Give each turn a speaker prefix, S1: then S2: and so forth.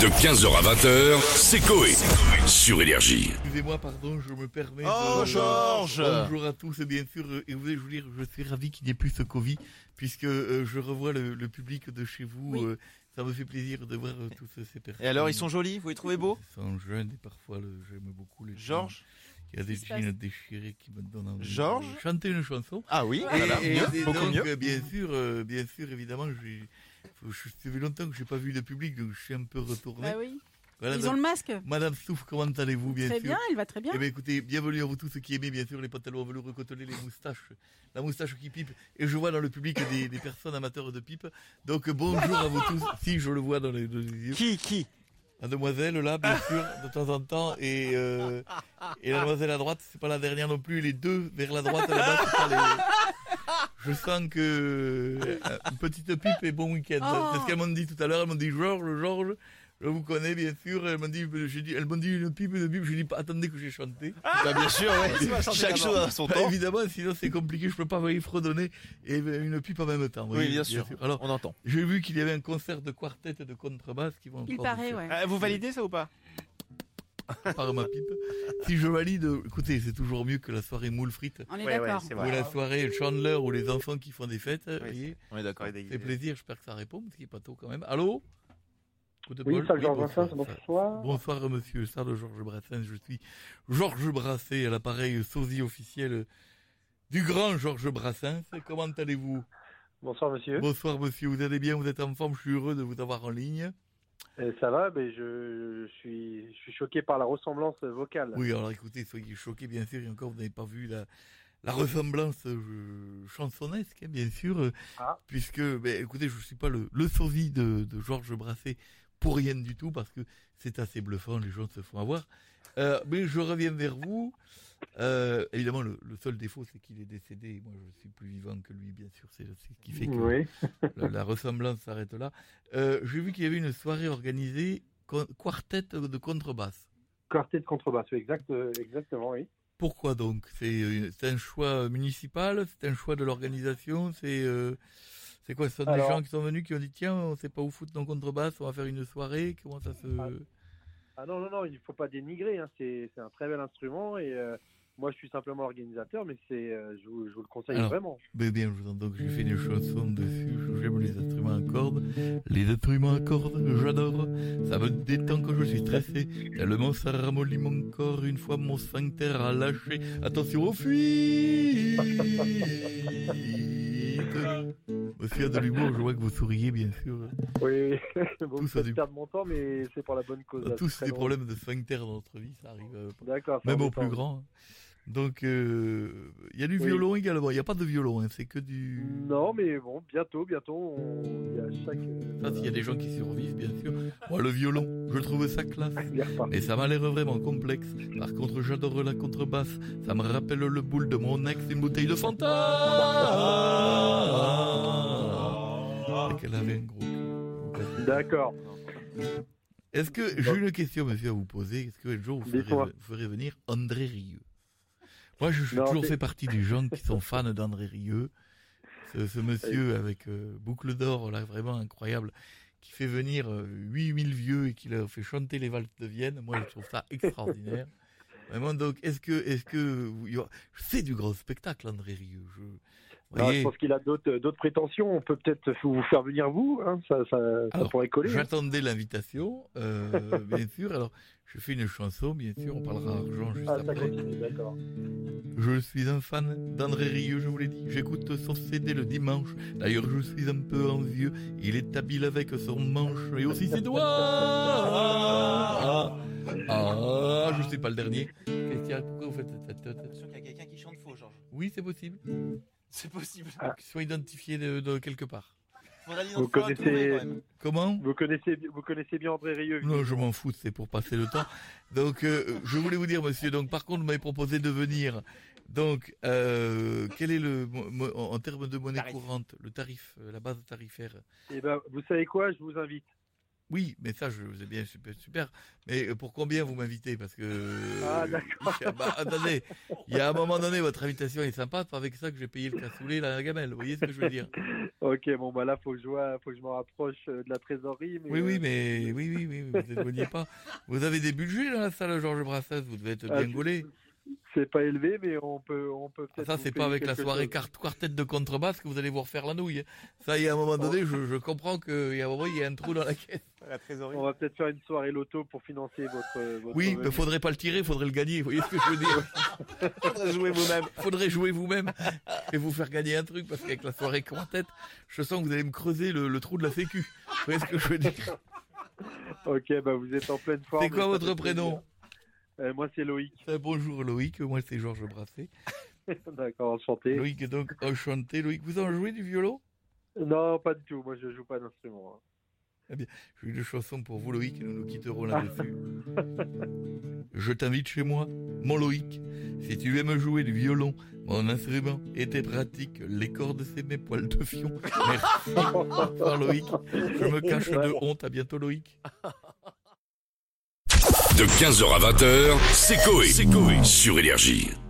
S1: De 15h à 20h, c'est Coé. Sur Énergie.
S2: Excusez-moi, pardon, je me permets.
S3: Oh,
S2: de-
S3: Georges
S2: Bonjour à tous et bien sûr, euh, et vous voulez, je voulais vous dire, je suis ravi qu'il n'y ait plus ce Covid, puisque euh, je revois le, le public de chez vous. euh, ça me fait plaisir de voir euh, tous ces personnes.
S3: Et alors, ils sont jolis, vous les trouvez beaux
S2: Ils sont jeunes et parfois, le- j'aime beaucoup les. gens.
S3: Georges
S2: Il y a des
S4: Qu'est-ce qui se
S2: jeans déchirés qui me donnent envie. de
S3: Georges
S2: Chanter une chanson.
S3: Ah oui,
S2: Et-
S3: voilà,
S2: et-
S3: mieux,
S2: et
S3: beaucoup
S2: donc,
S3: mieux.
S2: euh, Bien sûr, euh, bien sûr, évidemment, j'ai- faut- je- ça fait longtemps que j'ai pas vu le public, donc je suis un peu retourné.
S4: Bah oui.
S2: Voilà,
S4: Ils
S2: donc,
S4: ont le masque.
S2: Madame Souf, comment allez-vous, bien
S4: très
S2: sûr
S4: bien, il va très bien.
S2: Eh bien écoutez, bienvenue à vous tous ceux qui aimez bien sûr les pantalons à velours recotelés, les moustaches, la moustache qui pipe. Et je vois dans le public des, des personnes amateurs de pipe. Donc bonjour à vous tous. Si je le vois dans les dans les yeux,
S3: Qui, qui
S2: la demoiselle là bien sûr de temps en temps et euh, et la demoiselle à droite, c'est pas la dernière non plus. Les deux vers la droite là-bas. c'est pas les- Je sens que euh, une petite pipe et bon week-end.
S4: Oh.
S2: C'est ce qu'elles m'ont dit tout à l'heure. Elles m'ont dit Georges, Georges. Je vous connais bien sûr. Elles m'ont dit, j'ai dit, elles m'ont dit une pipe, une pipe. Je dis pas, attendez que j'ai chanté.
S3: Bah, Bien sûr, ouais. chaque chose a son
S2: Bah,
S3: temps.
S2: évidemment, sinon c'est compliqué, je peux pas y fredonner et euh, une pipe en même temps. vous
S3: Oui,
S2: voyez,
S3: bien sûr.
S2: Alors,
S3: On entend.
S2: j'ai vu qu'il y avait un concert de quartet et de contrebasse qui vont
S4: Il
S2: encore
S4: paraît,
S2: me
S4: ouais.
S3: Euh, vous validez ça ou pas
S2: faire par ma pipe. Si je valide, euh, écoutez, c'est toujours mieux que la soirée moule frite
S4: On est
S5: Ouais, ouais,
S4: d'accord.
S5: c'est
S2: ou
S5: vrai.
S2: la soirée Chandler ou les enfants qui font des fêtes. vous voyez.
S3: On est d'accord.
S5: Ouais, des-
S2: C'est plaisir, j'espère que ça répond, parce qu'il n'est pas tôt quand même. Allô Coup de
S6: Oui,
S2: bol.
S6: Serge Georges
S2: bonsoir.
S6: Brassens, bonsoir.
S2: Bonsoir monsieur, ça de Georges Brassens, je suis Georges Brassens à l'appareil sosie officiel du grand Georges Brassens. Comment allez-vous
S6: Bonsoir monsieur.
S2: Bonsoir monsieur, vous allez bien, vous êtes en forme, je suis heureux de vous avoir en ligne.
S6: Euh, ça va, mais je, je suis, je suis choqué par la ressemblance vocale.
S2: Oui, alors écoutez, soyez choqués bien sûr, et encore vous n'avez pas vu la, la ressemblance euh, chansonnesque, hein, bien sûr, euh,
S6: Ah.
S2: puisque, ben, écoutez, je ne suis pas le, le sosie de, de Georges Brassens pour rien du tout, parce que c'est assez bluffant, les gens se font avoir. Euh, mais je reviens vers vous. Euh, évidemment, le, le seul défaut, c'est qu'il est décédé. et Moi, je suis plus vivant que lui, bien sûr. C'est c'est ce qui fait que
S6: Oui.
S2: la, la ressemblance s'arrête là. Euh, J'ai vu qu'il y avait une soirée organisée con- quartet de contrebasse.
S6: Quartet de contrebasse, oui, exact, euh, exactement, oui.
S2: Pourquoi donc C'est euh, c'est un choix municipal C'est un choix de l'organisation C'est euh, c'est quoi Ce sont
S6: Alors-
S2: des gens qui sont venus qui ont dit tiens, on sait pas où foutre nos contrebasses, on va faire une soirée. Comment ça se
S6: Ah. Ah non, non, non, il ne faut pas dénigrer, hein, c'est c'est un très bel instrument et euh, moi je suis simplement organisateur, mais c'est, euh, je, vous, je vous le conseille
S2: Alors.
S6: vraiment.
S2: Ben bien, je vous en- donc j'ai fait des chansons dessus. J'aime les instruments à cordes. Les instruments à cordes, j'adore. Ça me détend quand je suis stressé. Tellement ça ramollit mon corps. Une fois mon sphincter a lâché. Attention aux fuites. Monsieur de l'humour, je vois que vous souriez bien sûr.
S6: Oui, oui. bon,
S2: Tout
S6: ça
S2: ça du-
S6: perdre mon temps, mais c'est pour la bonne cause. là,
S2: Tous
S6: c'est très Ah
S2: des
S6: long.
S2: problèmes de sphincter dans notre vie, ça arrive. euh,
S6: D'accord. ça
S2: Même au
S6: dépend.
S2: plus grand. Donc, euh, il y a du
S6: Oui.
S2: violon également. Il n'y a pas de violon, hein, c'est que du...
S6: Non, mais bon, bientôt, bientôt, on... il y a chaque. euh,
S2: Ça, s'il y a des gens qui survivent, bien sûr. Moi, le violon, je trouve ça classe.
S6: il y a reparti.
S2: Mais ça m'a l'air vraiment complexe. Par contre, j'adore la contrebasse. Ça me rappelle le boule de mon ex, une bouteille de Fanta. Et qu'elle avait un gros cul.
S6: D'accord.
S2: Est-ce que
S6: Bah.
S2: j'ai une question, monsieur, à vous poser Est-ce que un jour vous ferez,
S6: Dites-moi.
S2: vous ferez venir André Rieu Moi, je suis
S6: Non,
S2: toujours
S6: c'est-
S2: fait partie des gens qui sont fans d'André Rieu. Ce, ce monsieur avec euh, boucle d'or, là, vraiment incroyable, qui fait venir euh, 8000 vieux et qui leur fait chanter les valses de Vienne. Moi, je trouve ça extraordinaire. Vraiment, donc, est-ce que, est-ce que, vous- il y aura- c'est du grand spectacle, André Rieu. Je, vous
S6: Non,
S2: voyez,
S6: Ah, je pense qu'il a d'autres euh, d'autres prétentions. On peut peut-être vous faire venir vous. hein, Ça, ça, ça
S2: Alors,
S6: pourrait coller. hein.
S2: J'attendais l'invitation, euh, bien sûr. Alors, je fais une chanson, bien sûr. On parlera argent juste
S6: Ah, ça
S2: après.
S6: continue, d'accord.
S2: Je suis un fan d'André Rieu, je vous l'ai dit. J'écoute son CD le dimanche. D'ailleurs, je suis un peu envieux. Il est habile avec son manche et aussi ses doigts. Ah, ah, je suis pas le dernier. Qu'est-ce qu'il y a Pourquoi vous faites cette tête
S3: sûr qu'il y a quelqu'un qui chante faux, Georges.
S2: Oui, c'est possible.
S3: C'est possible.
S6: Ah.
S2: Qu'il soit identifié de, de quelque part.
S6: Vous connaissez,
S2: Comment
S6: vous connaissez, vous connaissez bien André Rieu.
S2: Non, je m'en fous, c'est pour passer le temps. Donc, euh, je voulais vous dire, monsieur, donc par contre, vous m'avez proposé de venir. Donc, euh, quel est le, mo- mo- en en termes de monnaie
S3: Tarif.
S2: courante, le tarif, euh, la base tarifaire
S6: Eh ben, vous savez quoi Je vous invite.
S2: Oui, mais ça, je vous ai bien super, super. Mais euh, pour combien vous m'invitez Parce que.
S6: Ah, d'accord.
S2: Ah, bah, attendez, il y a un moment donné, votre invitation est sympa, c'est pas avec ça que j'ai payé le cassoulet, la gamelle. Vous voyez ce que je veux dire
S6: Ok, bon bah là, faut que je vois, faut que je me rapproche euh, de la trésorerie. Mais,
S2: Oui, oui,
S6: euh,
S2: mais. Oui, oui, oui, vous n'éloignez pas. Vous avez des budgets dans la salle Georges Brassens, vous devez être bien
S6: Ah,
S2: gaulé.
S6: C'est pas élevé, mais on peut, on peut
S2: Ah,
S6: peut-être.
S2: ça,
S6: vous
S2: c'est
S6: payer
S2: pas avec la
S6: quelque
S2: soirée
S6: chose.
S2: quart- quartet de contrebasse que vous allez vous refaire la nouille. Ça, il y a un moment donné, je, je comprends qu'il y a un moment, il y a un trou dans la caisse.
S3: La trésorerie.
S6: On va peut-être faire une soirée loto pour financer votre. votre
S2: Oui,
S6: venue.
S2: mais faudrait pas le tirer, faudrait le gagner. Vous voyez ce que je veux dire
S3: Faudrait jouer vous-même.
S2: Faudrait jouer vous-même et vous faire gagner un truc parce qu'avec la soirée quartet, je sens que vous allez me creuser le, le trou de la sécu. Vous voyez ce que je veux dire
S6: Ok, bah vous êtes en pleine forme.
S2: C'est quoi
S6: ça
S2: votre
S6: fait
S2: prénom
S6: plaisir. Euh, Moi, c'est Loïc.
S2: Euh, Bonjour Loïc, moi c'est Georges Brasset.
S6: D'accord, enchanté.
S2: Loïc est donc enchanté. Loïc, vous en jouez du violon
S6: Non, pas du tout. Moi, je joue pas d'instrument. hein.
S2: J'ai une chanson pour vous Loïc et nous nous quitterons là-dessus. Je t'invite chez moi, mon Loïc. Si tu aimes jouer du violon, mon instrument était pratique. Les cordes, c'est mes poils de fion. Merci, Au revoir, Loïc. Je me cache de honte. À bientôt Loïc.
S1: De 15h à 20h, c'est Coé. Sur Énergie.